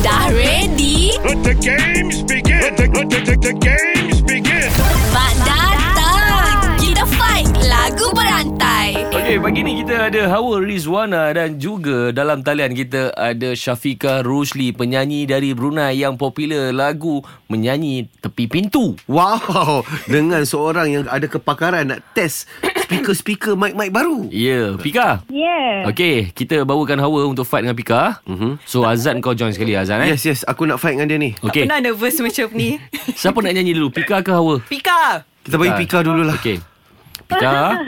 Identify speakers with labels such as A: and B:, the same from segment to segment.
A: Dah ready?
B: Let the games begin. Let the, let the, the, the games begin.
A: Mak datang! Kita fight lagu berantai.
C: Okey, pagi ni kita ada Hawa Rizwana dan juga dalam talian kita ada Syafika Rusli, penyanyi dari Brunei yang popular lagu menyanyi tepi pintu.
D: Wow, dengan seorang yang ada kepakaran nak test speaker-speaker mic-mic baru.
C: Ya, yeah, Pika.
E: Yeah.
C: Okey, kita bawakan Hawa untuk fight dengan Pika. Mm-hmm. So Azan kau join sekali Azan eh.
D: Yes, yes, aku nak fight dengan dia ni.
C: Okey.
F: Pernah nervous macam ni
C: Siapa nak nyanyi dulu? Pika ke Hawa?
F: Pika
D: Kita bagi Pika dululah.
C: Okey. Pika,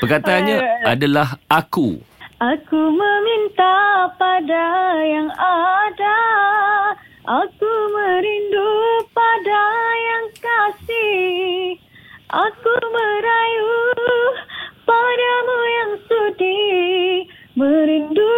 C: perkataannya adalah aku.
E: Aku meminta pada yang ada. Aku merindu pada yang kasih. Aku merayu padamu yang sudi. Merindu.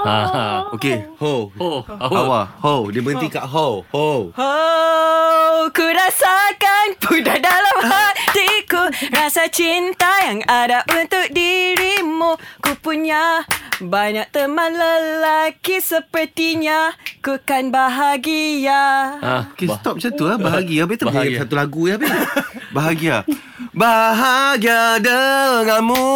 C: Ha, ha.
D: Okey, ho.
C: Oh, Hawa.
D: Hawa, ho. Dia berhenti kat ho. Ho.
F: Oh, ku rasakan pudar dalam hatiku Rasa cinta yang ada untuk dirimu Ku punya banyak teman lelaki sepertinya Ku kan bahagia
C: Ha.
D: Okey, stop macam tu lah. Bahagia. Habis
C: Bahagia.
D: terbaik satu lagu ya. Habis. Bahagia. Bahagia denganmu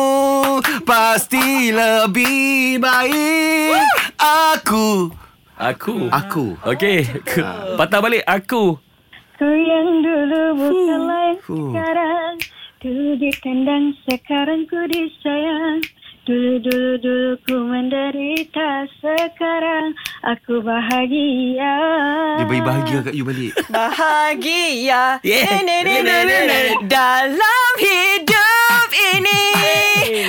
D: pasti lebih baik aku.
C: Aku.
D: Aku.
C: Okey, ke- patah balik aku.
E: Ku yang dulu bukanlah yang
D: Fuh.
E: sekarang Dulu dikandang, sekarang ku disayang Dulu-dulu-dulu ku menderita Sekarang aku bahagia
D: Dia bagi bahagia kat you balik.
F: Bahagia
C: Yeah.
F: Ni, ni, ni, ni, ni. Dalam hidup ini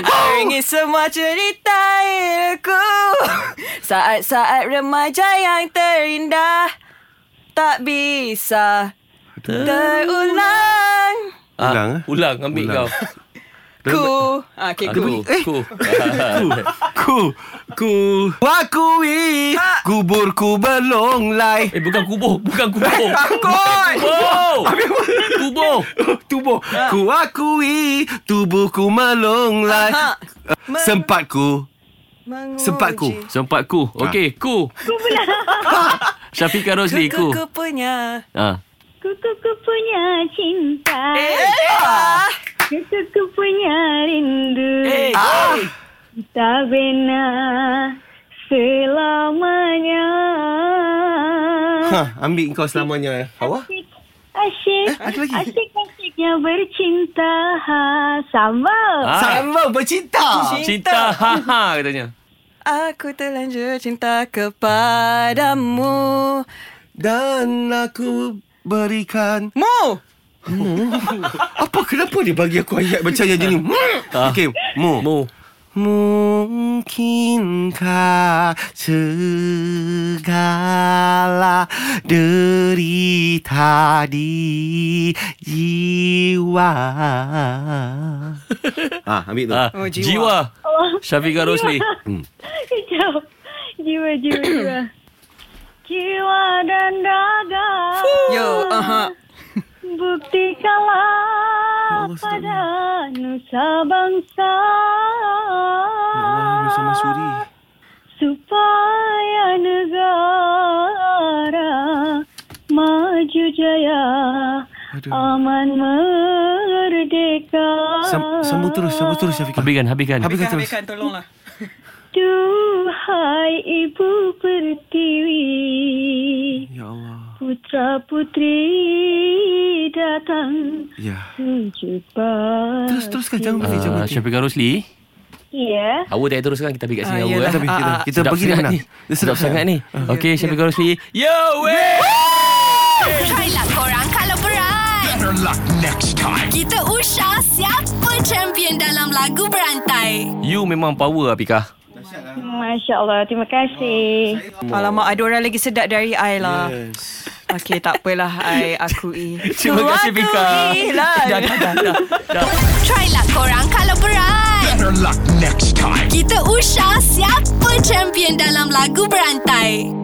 F: Aringi semua cerita hidupku Saat-saat remaja yang terindah Tak bisa Terulang
C: Ah,
D: Ulang, eh?
C: Ulang, ambil
D: Ulang. eh!
C: kau.
F: Ku ah, okay,
C: Aku. Eh.
F: ku.
C: Aku.
D: Ku Ku Akui Kuburku berlonglai
C: Eh bukan kubur, bukan kubur.
F: Angkut
C: Kubur. Kubur.
D: Tubuh Ku akui Tubuhku melonglai
F: Aha. Me-
D: Sempat ku
F: Ha. Menguji.
D: Sempat ku.
C: Sempat ku.
D: Ah.
C: Okey, ku. Ku pula. Syafiqah Rosli,
F: Ku,
C: ku.
F: ku punya
C: Ha.
E: Kuku-ku punya cinta
D: Eh.
F: Ah.
E: Kuku-ku punya rindu
D: Eh. ah,
E: Tak bina selamanya
D: ha, Ambil kau selamanya Hawa
E: Asyik,
D: Eh,
E: asyik,
D: ada lagi?
E: asyik, asyiknya bercinta sama.
C: Ah.
D: Sama bercinta
C: Cinta ha ha katanya.
F: Aku terlanjur cinta kepadamu
D: Dan aku berikan
F: Mu
D: Apa kenapa dia bagi aku ayat macam yang jenis
C: Ah.
D: Okay Mu
C: Mu.
D: Mungkinkah segala derita di jiwa Ah, ambil tu.
C: Ha.
F: Oh, jiwa.
C: Jiwa. Syafiqah Rosli.
E: Kejap. Jiwa, jiwa, jiwa. Jiwa dan daga.
F: Yo aha.
E: Buktikanlah
D: Ya Allah,
E: pada nusa bangsa.
D: Ya Allah, Nusa Mahsuri.
E: Supaya negara maju jaya.
D: Aduh.
E: Aman merdeka.
D: Sam- sambung terus, sambung terus Syafiqah.
C: Habiskan, habiskan.
D: Habiskan terus.
F: Habiskan tolonglah
E: Duhai ibu pertiwi.
D: Ya Allah.
E: Putra putri datang
D: Ya.
E: menjumpa.
D: Terus teruskan jangan berhenti, jangan
C: Uh,
D: berhenti.
C: Syafiqah Rosli.
E: Ya.
C: Awak tak teruskan kita pergi kat sini
F: Ah,
C: awak.
F: yelah.
C: eh.
D: Tapi kita,
F: Ah, ah,
D: kita
C: Sedap
D: bagi dia
C: sangat
D: menang.
C: ni. Sedap sangat ni.
D: Ah.
C: Okey,
D: Ya.
C: Syafiqah Rosli. Yo, weh!
A: Try lah korang kalau berat.
B: Better luck next time.
A: Kita usah siapa champion dalam lagu berantai.
C: You memang power, Apika.
E: Masya Allah. Terima
D: Oh,
E: kasih.
F: Alamak ada orang lagi sedap dari I lah
D: Yes.
F: Okay tak apalah I akui
C: Terima
F: Ku
C: kasih, Pika.
F: akui lah.
C: Dah, dah, dah, dah. dah.
A: Try lah korang kalau berat.
B: Better luck next time.
A: Kita usah siapa champion dalam lagu berantai.